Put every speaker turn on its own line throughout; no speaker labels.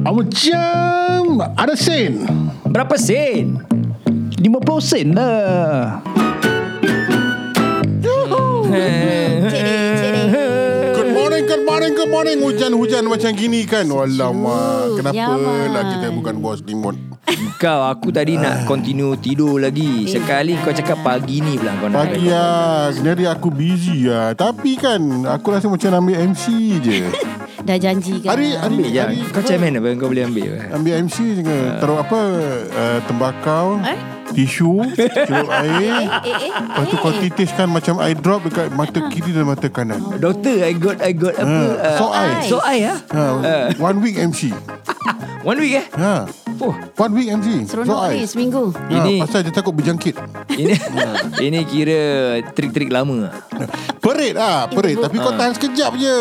Macam ada sen.
Berapa sen? 50 sen lah
Good morning, good morning, good morning. Hujan-hujan macam gini kan. Alamak, kenapa
Yaman.
lah kita bukan bos limon.
Kau aku tadi nak continue tidur lagi Sekali kau cakap Eh. pagi ni pula kau nak
Pagi lah, sebenarnya aku busy lah. Tapi kan, aku rasa macam nak ambil MC je.
Ya. Dah janji kan
Hari, hari,
Ambil je
hari,
Ya, Kau macam mana bang? kau boleh ambil
ambil MC je ke? Taruh apa, uh, tembakau,
Eh?
tisu, celup air.
Eh eh
Lepas tu kau titiskan macam eye drop dekat mata kiri dan mata kanan.
Doctor I got I got apa
Ha,
Eh,
uh,
soai.
Soai ah.
Ha, one week MC.
One week eh
Ha.
Oh
One week MC.
Seronok ni seminggu
Ha,
Ini-
pasal dia takut berjangkit.
Ini Ini kira Trik-trik lama ah.
Perit ah, perit. Tapi kau tahan sekejap je.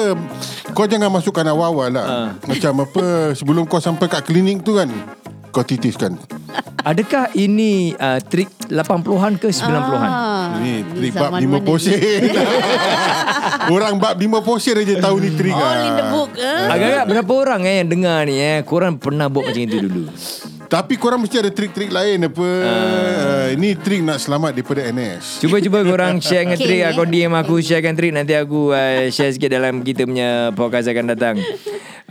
Kau jangan masukkan awal-awal lah. Macam apa, sebelum kau sampai kat klinik tu kan, kau titiskan.
Adakah ini uh, Trik 80-an ke 90-an
Ah,
Ni trik bab
zaman
lima
mana
posen.
ni?
Orang bab lima posen je tahu ni trik
All in the
ah.
book eh?
Agak-agak berapa orang eh yang dengar ni eh Korang pernah buat macam itu dulu
Tapi korang mesti ada trik-trik lain apa. Uh, ini trik nak selamat daripada NS.
Cuba-cuba korang share dengan
Okay.
Trik Kau DM aku sharekan Trik Nanti aku uh, share sikit dalam kita punya podcast akan datang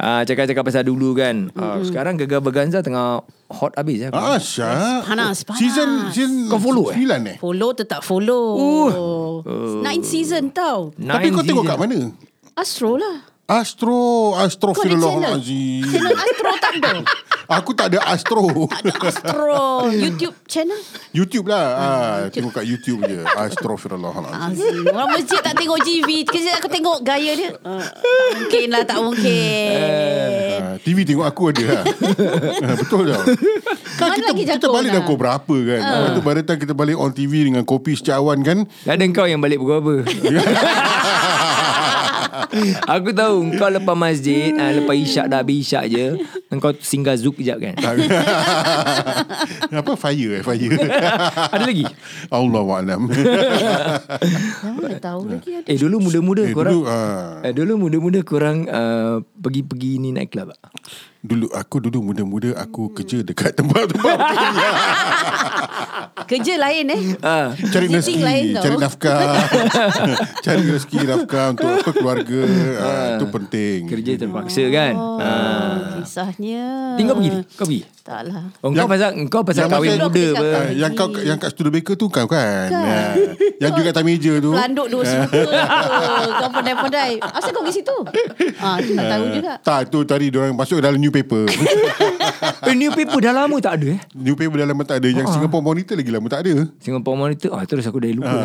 uh, Cakap-cakap pasal dulu kan uh, Sekarang Gegar Berganza tengah hot habis ya.
Ah, Syak.
Panas, panas.
Season, season
Kau follow, eh?
9 eh?
Follow tetap follow
Uh.
Nine season tau
Tapi kau tengok kat mana?
Astro lah
Astro, Astro
Kau ada channel
Aziz.
Channel Astro tak ada
Aku tak ada Astro.
Tak ada Hmm, Astro YouTube channel
YouTube lah. Ah, tengok kat YouTube je. Astro Aziz.
Azim. Orang masjid tak tengok GV Kerja aku tengok gaya dia uh, Tak mungkin lah Tak mungkin
Ah, TV tengok aku ada lah. Ah, Betul tau. Kan
Mana
kita,
lagi
kita
lah. Ah. jago
balik dah
nak?
pukul berapa kan. Lepas tu by the time kita balik on TV dengan kopi secawan kan.
Ada kau yang balik pukul apa Aku tahu Kau lepas masjid uh, Lepas isyak dah habis isyak je Kau singgah zuk kejap kan
Apa fire eh fire.
Ada lagi
Allah alam.
Yang mana tahu lagi ada
Eh dulu muda-muda
Eh,
korang
dulu, ah.
eh, dulu muda-muda korang uh, Pergi-pergi ni naik club tak?
Dulu aku dulu muda-muda aku kerja dekat tempat-tempat
Kerja lain eh
Ah.
cari rezeki,
Eating lain tau.
cari nafkah. cari rezeki nafkah untuk apa keluarga. Ah, itu penting.
Kerja terpaksa kan
Oh,
Ah.
Kisahnya
Tinggal pergi Kau pergi
Tak lah
Oh, kau
Yang-
pasal kau pasal
yang
kahwin
pasal-
muda
Blok
apa?
dekat-
Ah, yang kau yang kat Studebaker tu kau kan. Ah, yang juga atas meja tu.
Pelanduk dua suka Kau pandai-pandai Asal kau pergi situ ah, Aku tak tahu juga
Tak tu tadi orang masuk dalam new paper.
Eh, new paper dah lama tak ada eh.
new paper dah lama tak ada.
Ah.
Yang Singapore Monitor lagi lama tak ada.
Singapore Monitor ah terus aku dah lupa.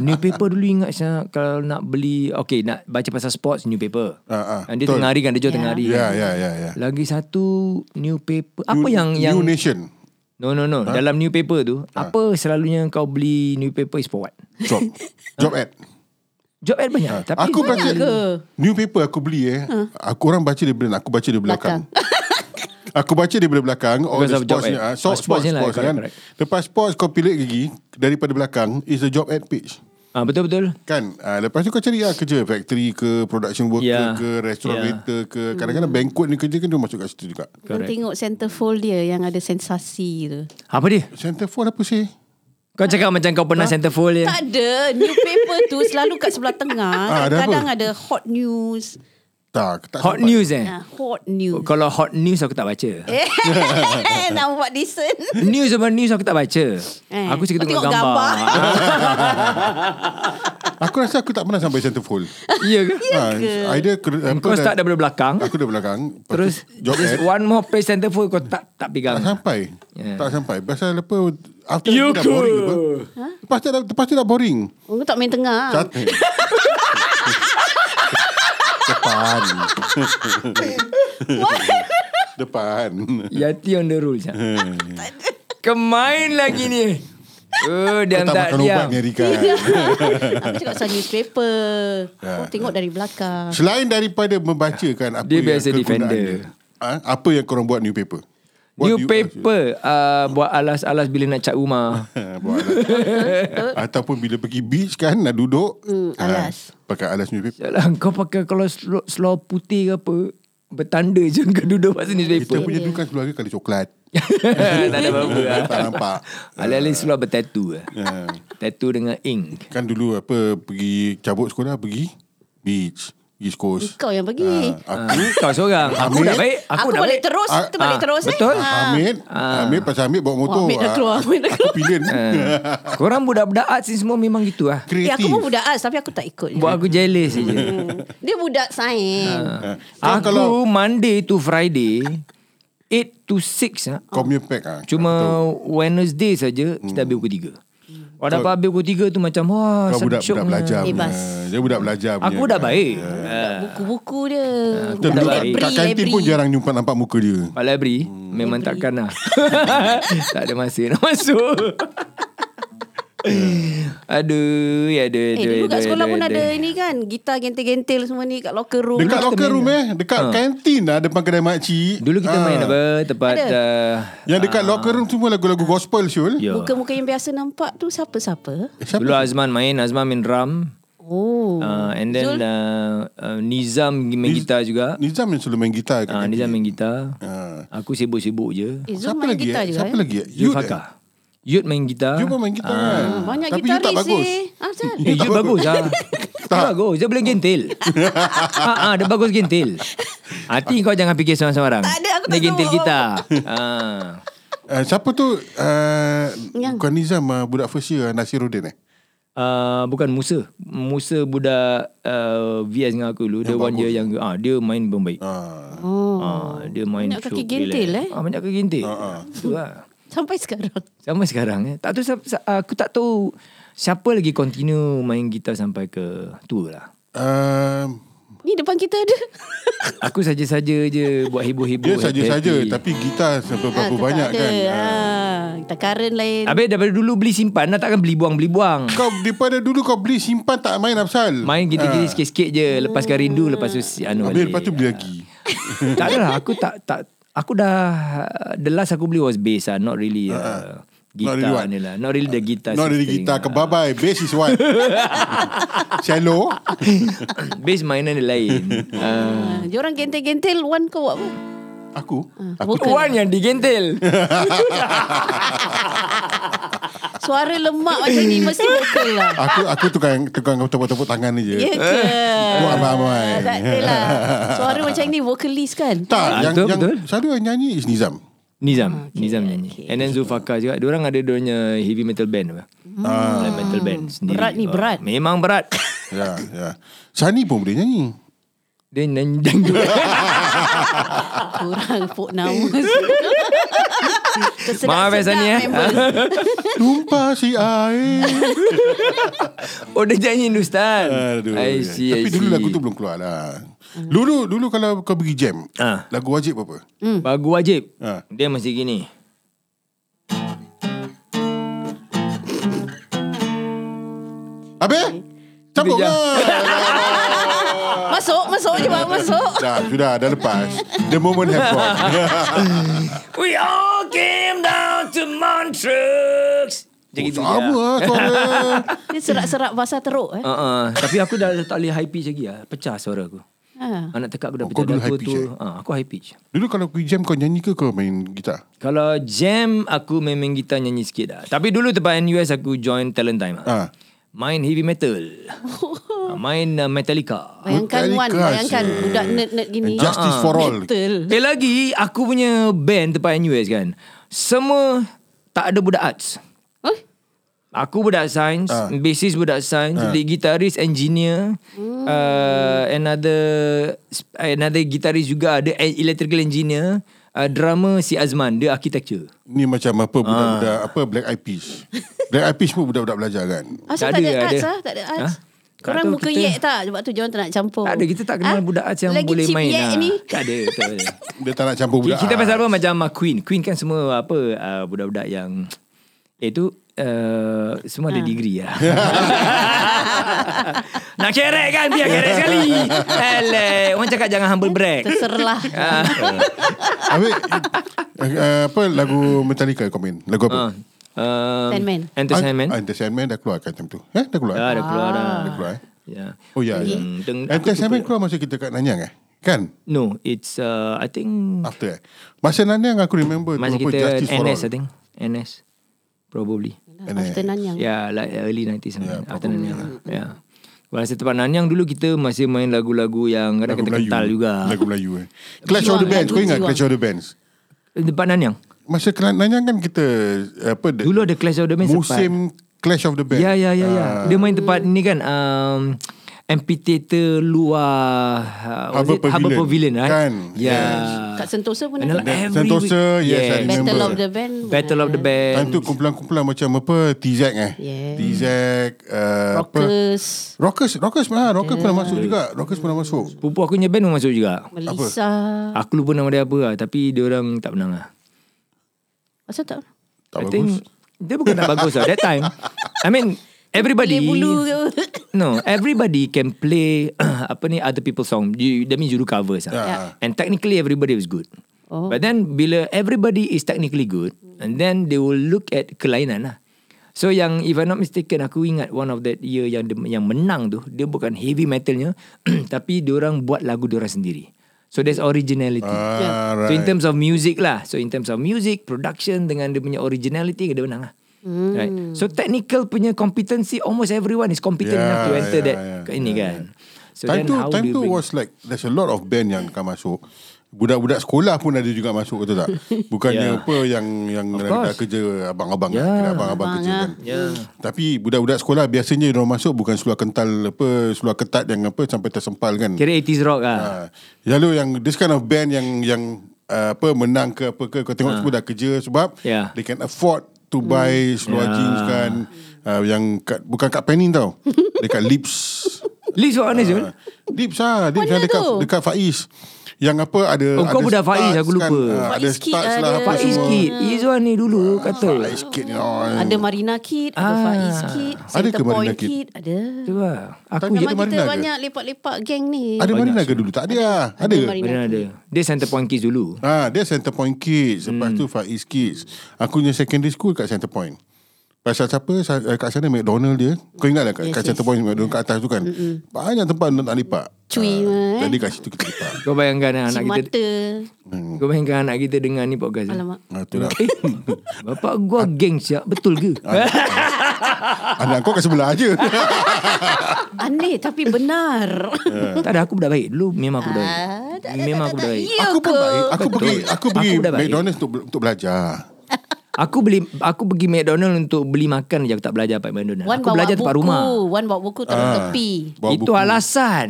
new paper dulu ingat saya kalau nak beli okay nak baca pasal sports new paper.
Ah, ah,
Dan dia
betul.
tengah hari kan dia jual
Ya.
tengah hari.
Ya ya ya ya.
Lagi satu new paper apa
New-
yang yang
New Nation
No
Ha?
no no dalam new paper tu apa selalunya kau beli new paper is for what?
job. job ad.
Job ad banyak Ha. tapi
Ha. aku baca
ke?
new paper aku beli eh. Aku orang baca dia belakang, aku baca dia belakang. Aku baca daripada belakang All
Because
the
of job
sports ni,
ad.
ah,
Ah,
Sports, sports,
sportsnya lah,
sports kan
correct,
Lepas sports kau pilih lagi Daripada belakang Is the job ad page
ah betul betul.
Kan uh, Lepas tu kau cari lah kerja Factory ke Production worker
Ya.
ke Restaurant
Ya.
waiter ke Kadang-kadang banquet ni kerja kan Dia masuk kat situ juga
Kau tengok centerfold dia Yang ada sensasi tu
Apa dia?
Centerfold apa sih?
Kau cakap macam kau pernah centerfold ya.
Ha? Tak ada New paper tu Selalu kat sebelah tengah
Ah, ada apa?
Kadang-kadang ada hot news
Tak, tak
Hot
sempat.
news eh.
ah, Hot news
Kalau hot news aku tak baca.
Nak buat decent
News apa news aku tak baca. Eh, aku suka
kau
tengok,
tengok
gambar.
gambar.
Aku rasa aku tak pernah sampai centerfold
Iya Ah, ke?
ha, Either ker- apa dah-
Kau start daripada belakang.
Aku dari belakang lepas
Terus
tu Job ad
just one more place center fold kau tak
Tak
tak pegang.
sampai
Ya.
Tak sampai Pasal apa After tu
You
dah boring
could.
apa Lepas tu dah, lepas tu dah boring
Kau tak main tengah
Cat- Depan Depan
Yati on the rules. ah.
Hmm.
Kemain lagi ni. Oh, dia
Kau tak
tak
makan ubat
diam.
ni Rika kan?
Aku cakap pasal newspaper
Ya.
Kau tengok dari belakang
Selain daripada membacakan apa
Dia
yang
biasa
kegunaan
defender.
dia, ha? Apa yang korang buat new paper? What do
New
you- Ah.
paper uh, Buat alas-alas bila nak cat rumah
Buat alas. Ataupun bila pergi beach kan Nak duduk
Hmm,
Ah,
alas.
Pakai alas new paper
Yalah, Kau pakai kalau slow, slow putih ke apa Bertanda je kau duduk kat sini
Kita
selipar.
punya dulu kan seluar kali coklat.
tak ada apa-apa. lah.
Tak nampak.
Alih-alih seluar bertatu. lah.
Ya.
Tattoo dengan ink.
Kan dulu apa pergi cabut sekolah pergi beach, East Coast.
Kau yang pergi.
Ah,
Ah, kau seorang. Aku
Amin.
dah baik. Eh, Aku,
Aku,
dah
balik
baik.
terus,
Ah,
kita balik
ah,
terus eh.
betul.
Ah.
Hamid,
Ah.
Hamid pasal Hamid bawa motor.
Wah, Hamid dah
Ah,
keluar, Hamid dah
Aku pilih.
Korang budak-budak arts ni semua memang gitu lah.
Kreatif.
Eh, aku pun budak as tapi aku tak ikut. je.
Buat aku jealous je.
Dia budak sains.
Ah. Kau
Aku
Hmm. kalau
Monday to Friday 8 to 6 lah.
kau punya pack ah.
Cuma Wednesday saja Kita habis pukul 3 Kalau dapat habis pukul 3 tu macam
Hmm.
Wah
kau
sedap
budak
syok
budak
punya.
belajar. punya.
Bebas.
Dia budak belajar. punya,
Aku dah
kan.
baik
Buku-buku dia.
Kita
Budak
dulu kat,
baik.
kat kantin pun jarang jumpa nampak muka dia.
Pak Labri
Hmm.
Memang takkan lah Tak ada masa nak masuk Aduh ya ada
Eh, dulu kat sekolah pun ada ini kan. Gitar gentil-gentil semua ni kat locker room.
Dekat
kita
locker
main-
room eh Dekat kantin lah Depan kedai makcik
Ha. Dulu kita
Ah.
main apa Tempat uh,
Yang dekat locker room Semua lagu-lagu gospel Syul
Ya
Muka-muka yang biasa nampak tu siapa-siapa.
Eh,
Dulu
Siapa?
Azman main Azman main drum
Oh.
uh, And then uh, uh, Nizam main gitar juga
Nizam yang selalu main gitar kat
Ah,
kantin.
Nizam main gitar.
Ah.
Aku sibuk-sibuk je.
Eh, Zul
Siapa
main
lagi
gitar
eh?
juga
Siapa
eh?
lagi eh?
Yud
eh?
Hakah. Yud main gitar.
Yud pun main gitar kan
Ah, Banyak
Tapi Yud
gitaris
tak bagus
eh. Ah, Zul.
Eh, Yud Ah. bagus lah. Dia bagus. Dia boleh gentil. ah, ah, dia bagus gentil. Hati kau jangan fikir seorang-seorang.
Tak ada, aku tak
Dia gentil
sebut
gitar. ah.
Ah, Siapa tu ah,
Yang.
Bukan Nizam ah, Budak first year ah, Nasiruddin eh
Uh, bukan Musa Musa budak uh, VS dengan aku dulu Dia one year yang ah, Dia main pun baik
Ah,
Oh.
ah, Dia main
Banyak
syok,
kaki gentil,
relax.
eh?
ah, Banyak kaki gentil Tu lah
Sampai sekarang.
Sampai sekarang eh. Tak tahu siapa- sa- aku tak tahu siapa lagi continue main gitar sampai ke tua lah.
ah,
Ni depan kita ada.
Aku saja-saja je buat
Dia
hibur-hibur.
saja-saja
happy-happy.
Tapi gitar Sampai
Ah,
berapa
tu
banyak
tak ada.
kan Ah.
Ah, kita current lain.
Habis daripada dulu beli simpan dah takkan beli buang-beli buang.
Kau daripada dulu Kau beli simpan Tak main Absal
Main gitar-gitar sikit-sikit je Lepaskan rindu
Ah.
Lepas tu si anu
Ah. Habis
balik.
lepas tu beli lagi
Tak adalah Aku tak tak Aku dah The last aku beli was bass lah Not really uh,
Ah, Not
Gitar
really what?
ni lah Not really the guitar
Not really
string
gitar
lah.
ke bye-bye Bass is what Shallow
Bass mainan dia lain uh,
Ah, diorang gentil-gentil, Wan kau buat apa?
Aku
Aku
Wan yang digentil
Suara lemak macam ni mesti vokal lah.
Aku aku tukang tukang tepuk-tepuk tangan ni je.
Ya ke?
Buat ramai.
Ah, Tak adalah. Suara macam ni vokalis kan?
Tak,
Ah,
yang
betul,
yang
betul.
selalu yang nyanyi is Nizam.
Nizam Ah, okay, Nizam nyanyi okay. And then Zulfakar juga Diorang ada Diorangnya heavy metal band apa ah. Metal band sendiri
Berat ni,
Oh,
berat.
Memang berat
Ya, ya. Sani pun boleh nyanyi.
Dia nyanyi dangdut
Kurang pok nama. Tersedak-sedak
Maaf Faizal ni eh
members.
Tumpah si air.
Oh dia nyanyi Hindustan
Aduh.
I see
Tapi
I see
dulu lagu tu belum keluar lah. Dulu dulu kalau kau pergi jam,
Ah.
lagu wajib apa?
Bagu wajib
Ah.
Dia masih gini
Habis? Sambung
Dia
lah.
Masuk, masuk je bang, masuk.
Dah, sudah, dah lepas. The moment have gone.
We all came down to Montreux Macam
Oh,
gitu
sama
je ya.
lah suara.
Dia serak-serak bahasa teruk eh.
Uh, uh, tapi aku dah tak boleh high pitch lagi lah Pecah suara aku
Ha.
Anak tekak aku dah
Oh, kau
pecah
dulu
Dah
high
tua-
pitch,
tua. Ah, Aku high pitch
Dulu kalau pergi jam kau nyanyi ke kau main gitar?
Kalau jam Aku main-main gitar Nyanyi sikit dah Tapi dulu tempat NUS Aku join talent time
Ah.
ah. Main heavy metal Ah, Main uh, Metallica
Bayangkan
Bukan
Wan,
keras,
bayangkan
eh.
budak nerd-nerd gini.
Justice for all.
Betul.
Eh lagi Aku punya band Tempat NUS kan Semua Tak ada budak arts
Huh?
Aku budak sains,
Ah.
uh. basis budak sains, uh. lead gitaris, engineer, mm. uh, another another gitaris juga ada e- electrical engineer, uh, drummer si Azman, dia architecture.
Ni macam apa budak-budak
Ah.
apa Black Eyed Peas. Black Eyed Peas pun budak-budak belajar kan.
Asal
Tak
tak, ada
ada,
arts
ada.
lah Tak ada arts
Ha?
ha?
Tak
Korang
tahu
muka
kita-
yek tak Sebab tu jangan tak nak campur
Tak ada kita tak kenal
Ha?
budak arts yang
Lagi
boleh
cheap
main.
yek
lah.
ni
Tak ada betul.
Dia tak nak campur budak.
kita pasal
Ah.
apa macam uh, Queen. Queen kan semua apa uh, budak-budak yang eh, itu Uh, semua
Ah.
ada degree lah Nak kerek kan Biar kerek sekali Alah Orang cakap jangan humble brag
Terserlah
Ah.
Habis eh, eh, apa lagu Metallica kau main? Lagu apa?
Ah, um,
Sandman.
Enter Sandman.
Ah, Enter Sandman dah keluar kan time tu. Eh, dah keluar.
Ah, dah keluar dah.
Dah keluar eh.
Ya.
Oh ya. Yeah,
Hmm, teng-
Enter Sandman keluar masa kita kat Nanyang eh? Kan?
No, it's uh, I think
After eh. Masa Nanyang aku remember
masa
tu apa,
kita
Justice for
NS I
All.
think. NS. Probably.
After Nanyang.
Yeah, Ya, like uh, early 90s
Ya,
yeah, after
lah.
Nanyang. lah. Yeah. Masa tempat Nanyang dulu kita masih main lagu-lagu yang kadang
Lagu
kata
Melayu.
kental juga.
Lagu Melayu eh. Clash of the
Jiwang,
Bands. Kau
lagu
ingat
Jiwang.
Clash of the Bands?
Eh, Tempat Nanyang.
Masa Kelan- Nanyang kan kita apa the-
Dulu ada Clash of the
Eh,
Bands
musim Ah. Clash of the Bands.
Ya, ya, ya, ya. Dia main tempat ni kan um, amphitheater luar uh,
Harbour
was it? Harbour
Pavilion.
Pavilion, right?
Kan,
Yeah.
yes.
Kat Sentosa pun
And
ada.
That
every
Sentosa,
week-
yes, I remember.
Battle of the Band.
Battle of the
Time
Band.
tu kumpulan-kumpulan macam apa TZ eh.
Yeah.
TZ uh, apa
Rockers.
Rockers Rockers mah Rockers pernah masuk juga. Rockers pernah masuk.
Pupu aku punya band pun masuk juga.
Melissa.
Aku lupa nama dia apa lah Tapi dia orang tak menang lah
Masa tak?
Tak
I
bagus.
think Dia bukan tak bagus lah That time I mean Everybody
Pelik bulu ke?
No Everybody can play Apa ni Other people's song you, That means you do covers lah
Yeah.
And technically everybody was good
Oh.
But then Bila everybody is technically good And then they will look at Kelainan lah So yang if I'm not mistaken aku ingat one of that year yang dia- yang menang tu dia bukan heavy metalnya tapi diorang buat lagu diorang sendiri. So there's originality.
Ah,
So in
right.
terms of music lah. So in terms of music, production dengan dia punya originality dia menang lah. Mm. Right. So technical punya competency almost everyone is competent
Yeah,
yeah, enough to enter
yeah,
yeah, that
yeah,
yeah, ini yeah, kan. So
time
then
tu
how
time
do you
tu
bring-
was like there's a lot of band yang akan masuk. Budak-budak sekolah pun ada juga masuk betul tak? Bukannya
Yeah.
apa yang yang dah
course.
kerja abang-abang
Yeah.
yeah. kan, abang-abang
Abang,
kerja
ah.
kan.
Yeah.
Tapi budak-budak sekolah biasanya dia masuk bukan seluar kental apa seluar ketat yang apa sampai tersempal kan.
Kira 80s rock lah.
Ah, Lalu yang this kind of band yang yang uh, apa menang ke apa ke kau tengok semua dah kerja sebab
Ha. Yeah. Hmm.
they can afford to buy seluar
Yeah.
jeans kan uh, yang kat, bukan kat Penny tau dekat Lips
Least what honest uh,
Lips ah Lips
Mana
yang dekat
tu?
dekat Faiz yang apa ada
Oh,
ada
kau budak Faiz,
studs
aku lupa.
ah, ada
Faiz Kid
studs lah
ada.
apa
Faiz
semua.
Kid Izwan ni
Ah,
dulu kata
Faiz Kid you know.
Ada Marina Kid, ada
Ah.
Faiz Kid,
Hmm. Ada ke
Center
Marina
Point
Kid?
Kid, ada.
Tapi
Cuba Aku je
Ada
Memang
Marina
kita
ke?
banyak lepak-lepak geng ni.
ada mana naga dulu tak ada ah ada ke?
Marina
Benar ada Dia center point kids dulu
Ah, dia Center Point Kids.
Hmm.
Lepas tu Faiz Kids. Aku punya secondary school kat Center Point. Pasal siapa sa- eh, kat sana McDonald dia. Kau ingat tak kat, yes,
Yes,
kat
yes.
Center Point McDonald kat atas tu kan. Banyak tempat nak nak lipat.
Cui
Ah,
eh.
Jadi kat situ kita lipat.
Kau bayangkan lah anak kita
Cimata.
Kau bayangkan anak kita dengar ni podcast ni.
Alamak.
Ah, tu Ah, lah.
Eh, bapak gua geng siap Betul ke?
Anak kau kat sebelah aje.
Aneh tapi benar.
tak ada aku budak baik Dulu memang aku budak baik
Ah, tak, tak,
Memang
tak,
aku
tak,
budak
tak.
baik
Ya
aku pun
ke?
baik. Aku
Betul.
pergi aku pergi
Aku dah baik.
McDonald's untuk be- untuk belajar.
Aku beli Aku pergi McDonald Untuk beli makan je Aku tak belajar Pak McDonald
Wan
Aku
bawa
belajar tempat
buku.
rumah
Wan bawa buku taruh
Ah.
tepi.
Bawa
Itu
buku.
alasan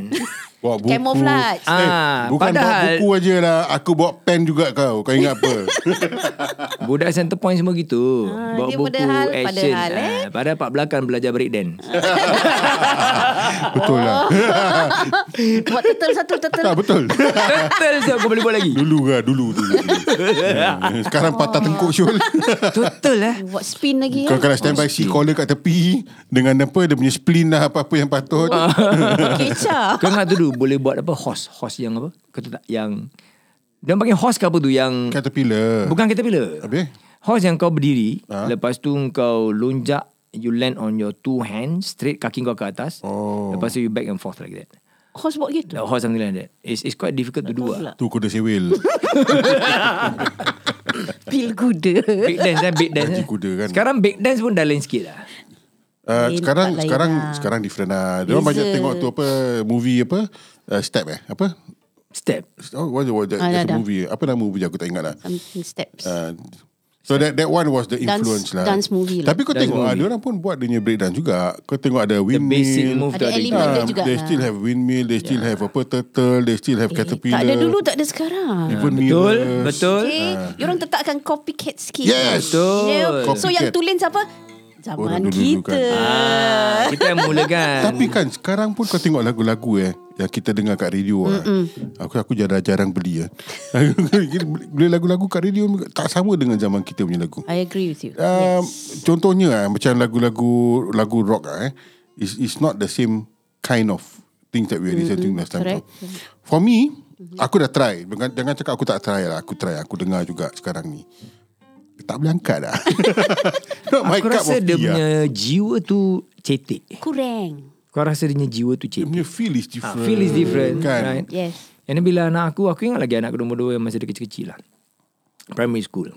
Bawa buku.
Camouflage.
Eh,
Ah,
bukan bawa
padahal-
buku aje lah. Aku bawa pen juga kau. Kau ingat apa?
Budak center point semua gitu
Ah,
Bawa
dia
buku
padahal-
Action
padahal, eh.
Ah, Padahal pak belakang Belajar break dance
betul lah.
Oh. Buat turtle satu turtle.
tak betul.
Betul so Kau boleh buat lagi
Dulu lah dulu dulu. dulu. Sekarang patah tengkuk Syul.
Total lah
Buat spin lagi.
Kau kan-
ya.
kalau standby si collar kat tepi dengan apa dia punya spleen lah apa-apa yang patut.
Kecah.
Kau ingat tu dulu Boleh buat apa Horse Horse yang apa Kata tak Yang Dia panggil horse ke apa tu Yang
Kata pila.
Bukan kita bila
lah. Habis?
Horse yang kau berdiri
Ha?
Lepas tu kau lonjak You land on your two hands Straight kaki kau ke atas
Oh.
Lepas tu you back and forth like that
Horse buat gitu.
The Horse something like that It's, it's quite difficult to do lah
Tu kuda sewil.
Pil kuda.
Big dance kan Big dance
Haji
eh.
kuda kan.
Sekarang big dance pun dah lain sikit lah
Uh,
Lain
sekarang
tempat lain
sekarang
lah.
sekarang different lah. Dia orang
Beza.
banyak tengok tu apa movie apa uh, step eh apa?
Step
Oh, what, what, that,
Ah,
that's
dah,
a
dah.
movie. Apa nama movie aku tak ingat lah.
Something steps.
Uh, so that that one was the
Dance-
influence lah.
dance movie lah.
Tapi kau
Dance
tengok ah,
movie.
dia orang pun buat dia punya breakdance juga. Kau tengok ada
The
windmill.
basic move tu
Ada
ada
elemen
juga.
dia
Ah,
juga
They
lah.
still have windmill, they still have apa turtle, they still have caterpillar.
tak ada dulu, tak ada sekarang.
Even
Ah, Betul
mirrors.
Betul
Okay, uh. orang tetapkan copycat skill.
Ah. Yes.
Betul.
So
Copycat.
yang tulen siapa?
Orang kan.
Zaman
dulu-dulu
kita.
Ah, Kita yang mulakan
Tapi kan sekarang pun kau tengok lagu-lagu eh yang kita dengar kat radio ah. Aku aku jarang-jarang beli eh. beli lagu-lagu kat radio tak sama dengan zaman kita punya lagu.
I agree with you.
Um,
yes.
contohnya ah macam lagu-lagu lagu rock ah eh is is not the same kind of things that we are
Mm-hmm.
listening last time.
correct.
Tau. For me, aku dah try. Jangan, jangan cakap aku tak try lah. Aku try, aku dengar juga sekarang ni. Tak boleh angkat lah. Not my
Aku
cup
rasa
of
dia
tea lah.
punya jiwa tu cetek
Kurang.
Kau rasa dia punya jiwa tu
Dia
cetek
punya feel is different.
Ah, Feel is different
Kan?
right?
Yes.
And then bila anak aku Aku ingat lagi anak aku nombor dua Yang masa dia kecil-kecil lah Primary school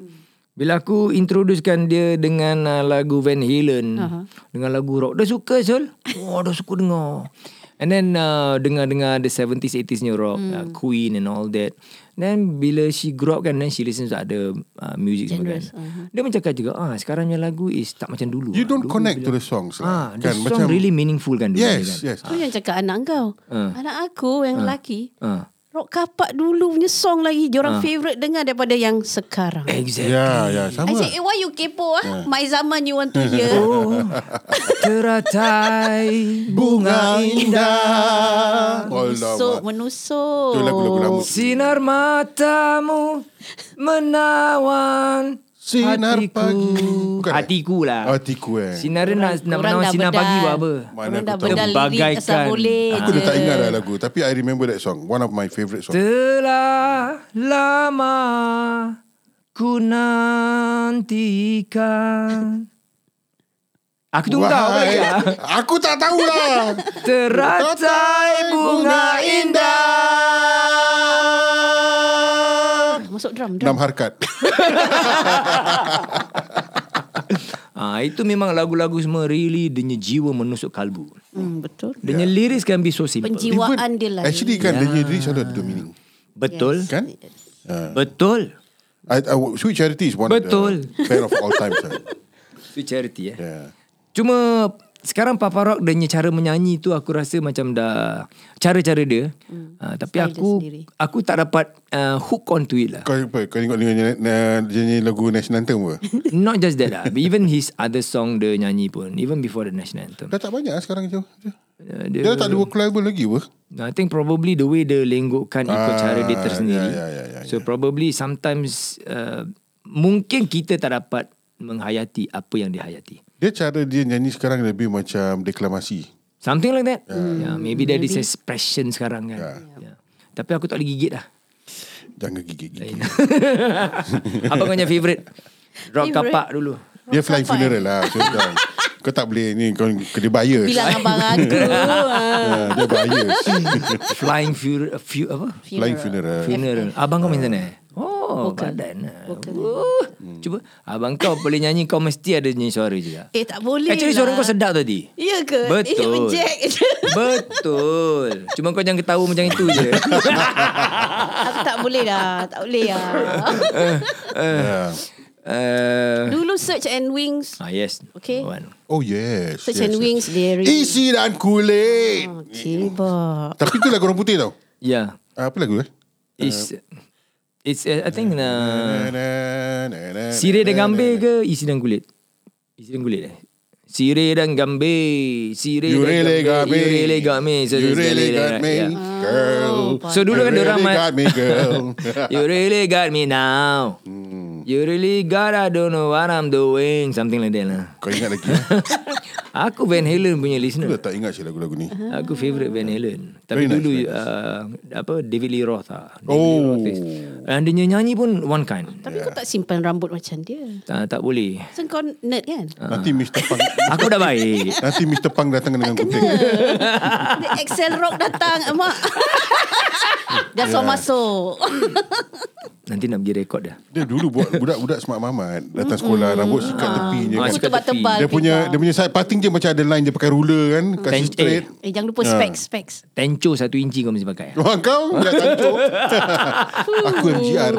Bila aku introducekan dia Dengan uh, lagu Van Halen uh-huh. Dengan lagu rock Dah suka Sol Oh dah suka dengar And then uh, Dengar-dengar The 70s 80s ni rock mm. uh, Queen and all that Then bila she grow up kan Then she listens to other uh, Music semua kan uh-huh. Dia macam cakap juga ah, Sekarang punya lagu Is tak macam dulu
You
Ah,
don't
dulu
connect to
bila-
the songs
Ah,
lah.
the song really meaningful kan dulu ni
Yes
kan?
yes
Aku yang cakap anak kau.
Hmm.
Ah.
Anak aku yang lelaki.
Ah.
Rock kapak dulu punya song lagi.
Hmm.
Diorang favourite dengar daripada yang sekarang.
Exactly.
Ya ya
I
sama Hmm.
say, eh, why you kepo ah? My zaman you want to hear. Oh.
Teratai bunga indah
Allah
Menusuk, menusuk.
Itu lagu-lagu lama
Sinar matamu menawan
Sinar
hatiku.
pagi. Bukan, eh?
Hatiku lah
Hatiku eh
Sinar dia nak, nak menawan sinar pagi buat apa
Mana
Orang dah
aku tahu.
bedal lirik asal
Terbagaikan.
boleh
Aku
je.
dah tak ingat dah lagu Tapi I remember that song One of my favourite songs
Telah lama ku nantikan Aku tunggu tahu apa
Wahai-
dia cakap.
Aku tak tahu lah
Teratai bunga indah
Eh, Masuk drum, drum.
Enam harkat
Ah Itu memang lagu-lagu semua really Dia punya jiwa menusuk kalbu
Hmm, betul.
Dia punya lyrics can be so simple
Penjiwaan dia lah. lain.
Actually kan Dia
Ya.
punya lyrics selalu ada dua meaning
Betul
Kan
Betul
I, I, Sweet Charity is one
Betul.
of the Band of all time lah.
Sweet charity eh
yeah.
Cuma sekarang Papa Rock dia punya cara menyanyi tu aku rasa macam dah cara-cara dia. Hmm. Uh, tapi
Style dia
aku
sendiri.
aku tak dapat uh, hook on to it lah.
Kau apa Kau tengok dia nyanyi- dia nyanyi lagu National Anthem apa
Not just that lah. Even his other song dia nyanyi pun even before the national anthem.
Dah tak banyak lah sekarang je
Uh,
Dia dah tak ada workable lagi apa
I think probably the way dia lenggokkan ikut
Ah,
cara dia tersendiri.
ya, ya, ya,
so probably sometimes uh, mungkin kita tak dapat menghayati apa yang dihayati.
Dia cara dia nyanyi sekarang Lebih macam deklamasi
Something like that. Yeah, Mm. maybe, there is expression sekarang kan. Yeah. Tapi aku tak boleh gigit lah.
Jangan gigit-gigit
Apa kau punya favourite? Rock
Favourite?
kapak dulu.
Dia flying
eh?
funeral lah so, dah. Kau tak boleh ni Kau kena bias
Bilang abang aku. ah.
Ah, Dia bias
Flying Funeral. Fu, apa?
Flying funeral
Funeral. Abang kau main sana? eh? Oh, badan. lah. Oh. Cuba. Abang kau boleh nyanyi, kau mesti ada nyanyi suara juga.
Eh, tak boleh
Actually
lah.
suara kau sedap tadi.
Ya ke? Eh,
Betul.
reject.
Betul. Cuma kau jangan ketawa macam itu je.
aku tak boleh dah. Tak boleh lah.
Yeah.
uh,
Dulu Search and Wings.
ah, yes.
Okay.
One.
Oh yes
Search
yes,
and
yes.
Wings dia oh, re-
Isi dan kulit
Okay, Bob.
Tapi tu lagu orang putih tau
Yeah.
Ah, Apa lagu eh
It's, it's uh, I think, uh,
Sirih
sirih
eh,
dan gambir ke isi dan kulit? Isi dan kulit eh? Sirih dan gambir. Sirih
You
dan
really got me
You really got me. So,
You
so, so,
really
so,
got
so,
me
yeah.
Girl
Oh,
So dulu
You
kan
really
diorang main-
got me girl
You really got me now.
Hmm.
You really got I don't know what I'm doing. Something like that lah.
Kau ingat lagi eh?
Aku Van Halen punya
Aku
listener.
dah tak ingat sih lagu-lagu ni
Aku favourite Van Halen.
Very
Tapi
nice,
dulu
very
uh, apa David Lee Roth lah. David
Oh.
Lee Roth is. Dan dia punya nyanyi pun one kind.
Tapi kau tak simpan rambut macam dia.
Tak, tak boleh.
Sen kau nerd kan?
Ah.
Nanti Mr. Pang
Aku dah baik.
Nanti Mr. Pang datang dengan gunting
Dia Excel Rock datang, emak. Dah so masuk.
Nanti nak pergi rekod dah.
Dia dulu buat budak-budak smart mamat Datang sekolah Rambut sikat tepi je kan
Ah, sikat
Aku
tepi.
tebal-tebal.
Dia punya dia
pinggang.
punya side parting je macam ada line dia pakai ruler kan Kasih
Ten-
straight
Eh, jangan lupa spek, spek.
Tenco satu inci kau mesti pakai.
Wah kau Dia tancuk Aku MGR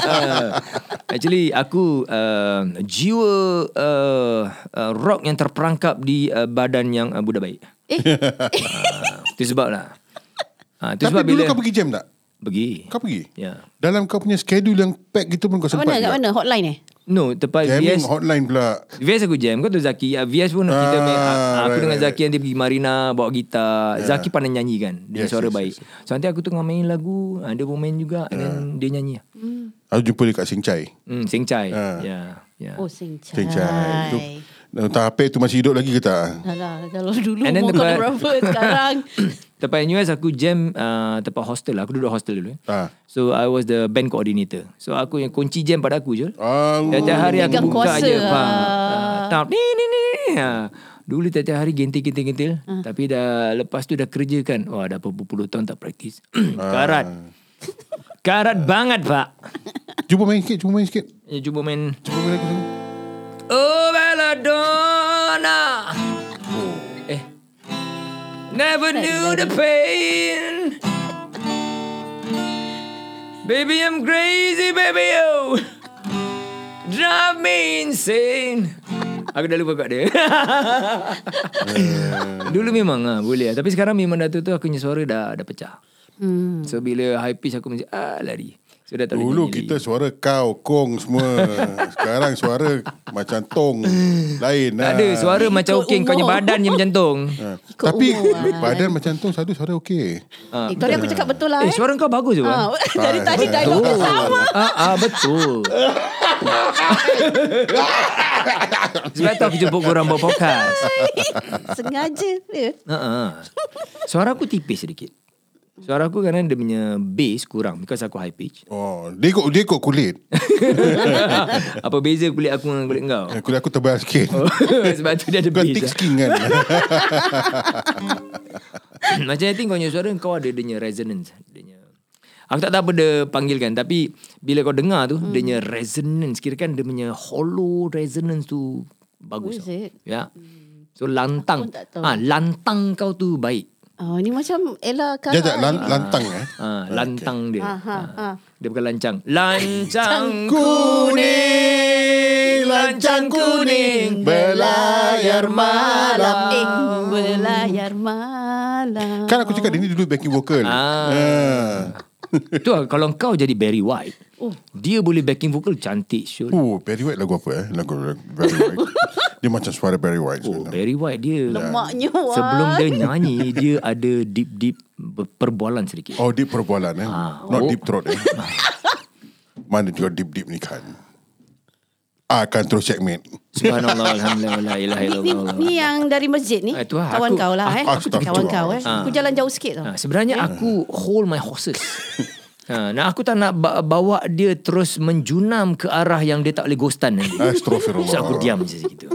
Eh, Actually aku uh, jiwa uh, uh, rock yang terperangkap di uh, badan yang uh, budak baik.
Eh,
Itu sebab lah. Ha, itu
Tapi
sebab
dulu
bila
kau pergi jam tak?
pergi.
Kau pergi?
Ya.
Dalam kau punya schedule yang pack gitu pun kau
kat
sempat
mana? Kat
tak?
mana? Hotline eh?
No, tempat
Jamming
VS.
hotline pula
VS aku jam. Kau tu Zaki. Ah, VS pun kita
Ah,
main. ah, Aku
right,
dengan
right,
Zaki nanti pergi Marina bawa gitar. Zaki pandai nyanyi kan. Dia
Yes,
suara
yes,
baik. So nanti aku tengah main lagu, ah, dia pun main juga and then dia nyanyi.
Aku jumpa dia kat Sing Chai
Hmm, Sing Chai. Ya.
Ah.
Yeah. Yeah.
Oh, Sing Chai.
Sing Chai tu Entah apa tu masih hidup lagi ke
Hmm.
tak?
Alah, kalau dulu
And then Ah,
umur kau
tempat-
berapa sekarang?
Tempat NUS aku jam uh, tempat hostel lah. Aku duduk hostel dulu. Eh.
Ah.
So I was the band coordinator. So aku yang kunci jam pada aku je.
Ah,
Tiap-tiap hari aku
Pegang
buka Ha,
kuasa
je
lah.
Faham? Ah, Tap ni ni ni. ni. Ah. Dulu tiap-tiap hari gentil-gentil-gentil.
Ah.
Uh. Tapi dah lepas tu dah kerja kan. Wah dah berpuluh-puluh tahun tak praktis. Karat. Karat banget pak.
Cuba main sikit, cuba main sikit.
Ya, cuba main.
Cuba main lagu.
Oh Belladonna. Eh. Never knew the pain. Baby, I'm crazy, baby, you. Drive me insane. Aku dah lupa kat dia. Dulu memang ah boleh. Tapi sekarang memang dah tu tu aku punya suara dah dah pecah. Hmm. So bila high pitch aku macam ah lari. So dah tak boleh
Dulu
nyanyi
kita suara kau, kong semua. Sekarang suara macam tong. Lain
lagi. tak ada suara macam
Ikut
okey kau punya
umur.
badan je macam tong.
Ha.
Ikut
Tapi
umur,
kan?
ah.
badan macam tong satu suara okey.
Eh, tadi aku cakap betul lah
Eh
eh.
suara kau bagus juga.
Ah, dari tadi
Betul.
dialog tu sama.
Ah, ah betul. Sebab tu aku jemput korang buat podcast.
eh. Sengaja. Ya.
Ha Suara aku tipis sedikit. Suara aku kadang dia punya bass kurang because aku high pitch.
Oh, dia ikut, dia ikut kulit.
Apa beza kulit aku dengan kulit kau?
Eh, Kulit aku tebal sikit.
Sebab tu Oh, dia ada
Kau thick
bass. lah.
skin kan?
Macam I think kau punya suara kau ada dia punya resonance. Dia punya Aku tak tahu apa dia panggilkan tapi bila kau dengar tu hmm. dia punya resonance kira kan dia punya hollow resonance tu bagus.
Oh, is it?
Ya. So lantang.
Aku pun tak tahu.
Ah lantang kau tu baik.
Oh, ni macam Ella Kara.
Jangan lan, lantang eh.
Ah lantang dia. Ah,
Ha, ha, ha.
Dia bukan lancang. Lancang
kuning,
lancang kuning, belayar malam.
Eh, belayar malam.
Kan aku cakap dia ni dulu backing vocal.
Ah. Tu lah, kalau kau jadi Barry White. Oh. Dia boleh backing vocal
Ah.
cantik Syul.
Oh, Barry White lagu apa eh? Lagu Barry White. dia macam suara Barry White.
Oh,
sebenarnya.
Barry White dia.
Lemaknya wah.
Ya. Sebelum dia nyanyi dia ada deep-deep ber- perbualan sedikit.
Oh, deep perbualan eh.
Ah.
Not
Oh.
deep throat eh. Mana juga deep-deep ni kan. Ah, Akan terus checkmate.
Subhanallah alhamdulillah la ilaha
Ni, ni,
illallah.
ni yang dari masjid ni
Ah, itu lah.
Kawan
Aku- Ah.
kau lah eh
aku- aku-
Kawan
aku-
kau eh Aku jalan jauh sikit tau
Ha, sebenarnya aku hold my horses. Ha, nah aku tak nak ba- bawa dia terus menjunam ke arah yang dia tak boleh ghostan nanti.
Astaghfirullah.
So aku diam macam gitu.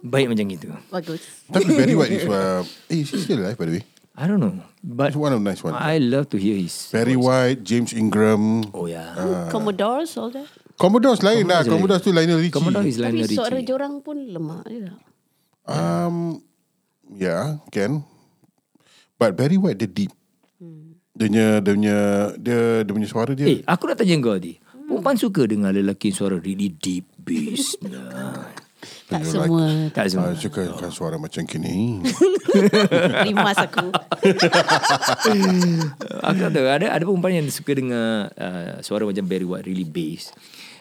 Baik macam gitu.
Bagus
Tapi Barry White is... Uh, eh, is he still alive by the way?
I don't know. But
It's one of the nice one.
I love to hear his.
Barry White, James Ingram.
Oh yeah.
Commodores all that
Commodores lain lah. Commodores
Commodores
tu Lionel Richie.
Commodore is
Tapi
Lionel
suara
Richie.
diorang pun lemak je lah
Um, yeah, can. But Barry White dia deep. Dia punya, dia punya, dia, dia punya suara dia.
Hmm. Eh, aku nak tanya kau tadi. Perempuan suka dengar lelaki suara really deep bass. Nah,
Tak
Lionel
semua
tak
Ah,
semua.
suka kan suara macam kini.
Rimas aku
Aku tak tahu. Ada, ada perempuan yang suka dengar uh, suara macam Barry White really bass.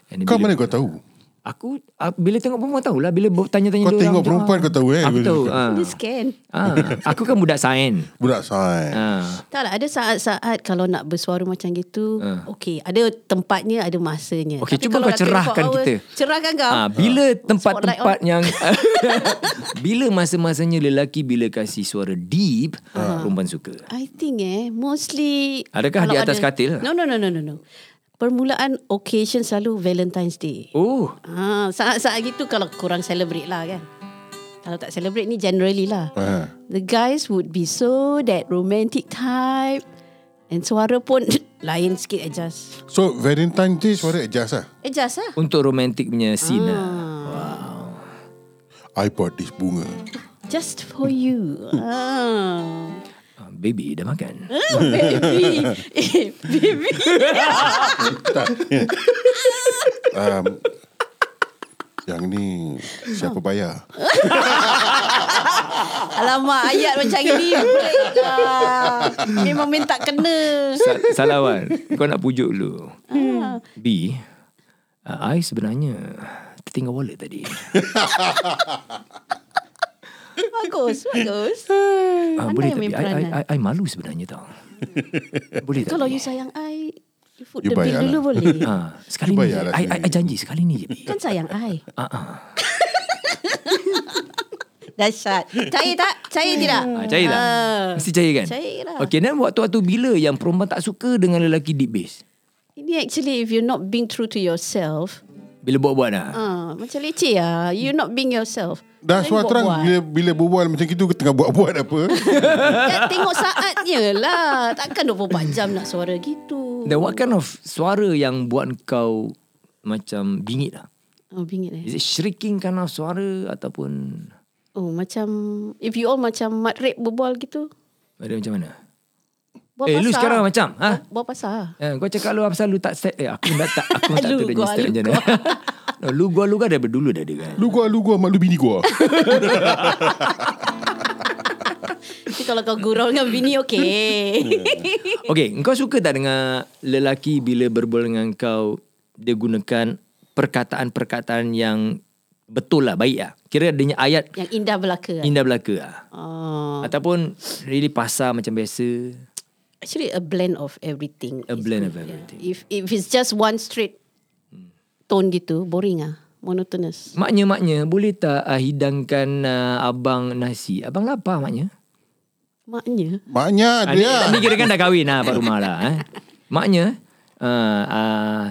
And
Kau
bila-
mana kau tahu?
Aku uh, bila tengok perempuan tahulah bila bo- tanya-tanya
Kau
dia orang
tengok
macam,
perempuan
ah,
kau tahu, eh?
Aku
Kau
tahu.
suka.
Ah.
Dia scan
Ah, aku kan budak sains.
Budak sains.
Ah.
Tak lah ada saat-saat Kalau nak bersuara macam gitu
Ah.
Okey Ada tempatnya Ada masanya
Okey,
Tapi
cuba
kalau
kau
nak 24
cerahkan
hour,
kita.
Cerahkan kau
Ah, bila tempat-tempat
Spotlight
yang bila masa-masanya lelaki bila kasih suara deep,
Ah.
perempuan suka.
I think eh Mostly
Adakah
kalau
di atas katil?
No no no no no no Permulaan occasion selalu Valentine's Day
Oh,
Ha, saat-saat gitu kalau kurang celebrate lah kan. Kalau tak celebrate ni generally lah.
Ah.
The guys would be so that romantic type. And suara pun lain sikit eh, adjust.
So Valentine Day suara adjust lah.
Adjust lah.
untuk romantik punya scene ah.
I bought this bunga.
Just for you. Ah.
Ah, Baby dah makan.
Oh, baby. Eh, baby.
Um, yang ni siapa bayar?
Alamak, ayat macam ini. Break lah. Memang minta kena.
Sa- Salawan, kau nak pujuk dulu. B, ah, I sebenarnya tertinggal wallet tadi.
Bagus, bagus.
Ah,
Pandai
boleh tak?
main
B? I, I,
peranan.
I, I malu sebenarnya tau. boleh tak?
Kalau
B?
you sayang I, you food
You
the
lah.
bill
bayar
dulu boleh.
Ha, sekali ni.
Bayarlah
I, I,
sekali.
I janji sekali ni je. Bi.
Kan sayang I.
Ah, ah.
Dahsyat. Cair tak? Cair tidak?
Ah, cair tak?
Ah.
Mesti cair kan?
Cair lah.
Okay, dan waktu-waktu bila yang perempuan tak suka dengan lelaki deep bass?
Ini actually if you're not being true to yourself,
Bila buat-buat lah
Ah, macam leceh lah. You not being yourself.
Dah
Lain
suara terang
buat-buat.
bila, bila berbual macam gitu tengah buat-buat apa.
Kan tengok saatnya lah. Takkan 24 jam nak suara gitu.
Then what kind of suara yang buat kau Macam bingit lah
Oh, bingit eh.
Is it shrieking kind of suara Ataupun
Oh, macam... If you all macam mat rap berbual gitu.
Ada macam mana
Buat
Eh lu sekarang macam ha?
Buat pasal.
Eh, kau cakap lu pasal lu tak set eh, Aku dah tak Aku tak
Lu
tahu dia punya
gua,
step
lu
macam mana No, Lu gua lu gua dah dulu dah dia kan
Lu gua lu gua mak lu bini gua.
Tapi kalau kau gurau dengan bini, okay.
Hmm. Okay Kau suka tak dengar Lelaki bila berbual dengan kau Dia gunakan Perkataan-perkataan yang Betul lah Baik lah Kira adanya ayat
Yang indah belaka. lah.
Indah belaka lah
Oh,
Ataupun Really pasar macam biasa
actually, a blend of everything.
A
is
blend
good,
of everything. Hmm.
Yeah. If if it's just one straight tone gitu, boring ah, monotonous.
Maknya-maknya Boleh tak uh, Hidangkan uh, Abang nasi Abang lapar maknya
Maknya,
Maknya
Ah, ni,
dia.
ni kira kan dah kahwin lah Pak Rumah lah eh. Maknya uh, uh,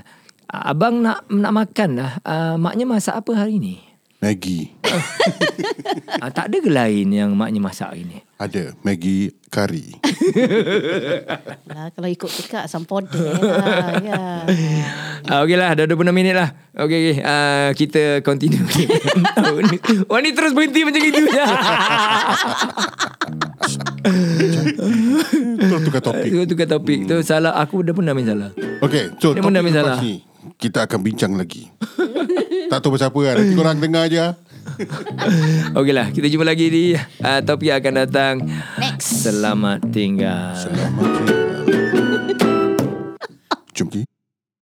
Abang nak nak makan lah uh, Maknya masak apa hari ni?
Maggi.
Uh, tak ada ke lain yang maknya masak hari ni?
Ada Maggi kari.
lah, kalau ikut tekak, sampode lah. yeah.
Uh, okay lah Dah 26 minit lah Okay, okay. Uh, Kita continue Wah ni terus berhenti macam gitu
Terus tukar topik.
Itu tukar topik Tu salah Aku dah pun dah main salah
Okay, so
Dia
topik
benda
lepas
masalah.
ni kita akan bincang lagi. tak tahu pasal apa lah. Nanti korang dengar
Ah.
je.
Okeylah, ah, kita jumpa lagi di uh, topik yang akan datang.
Next.
Selamat tinggal.
Selamat.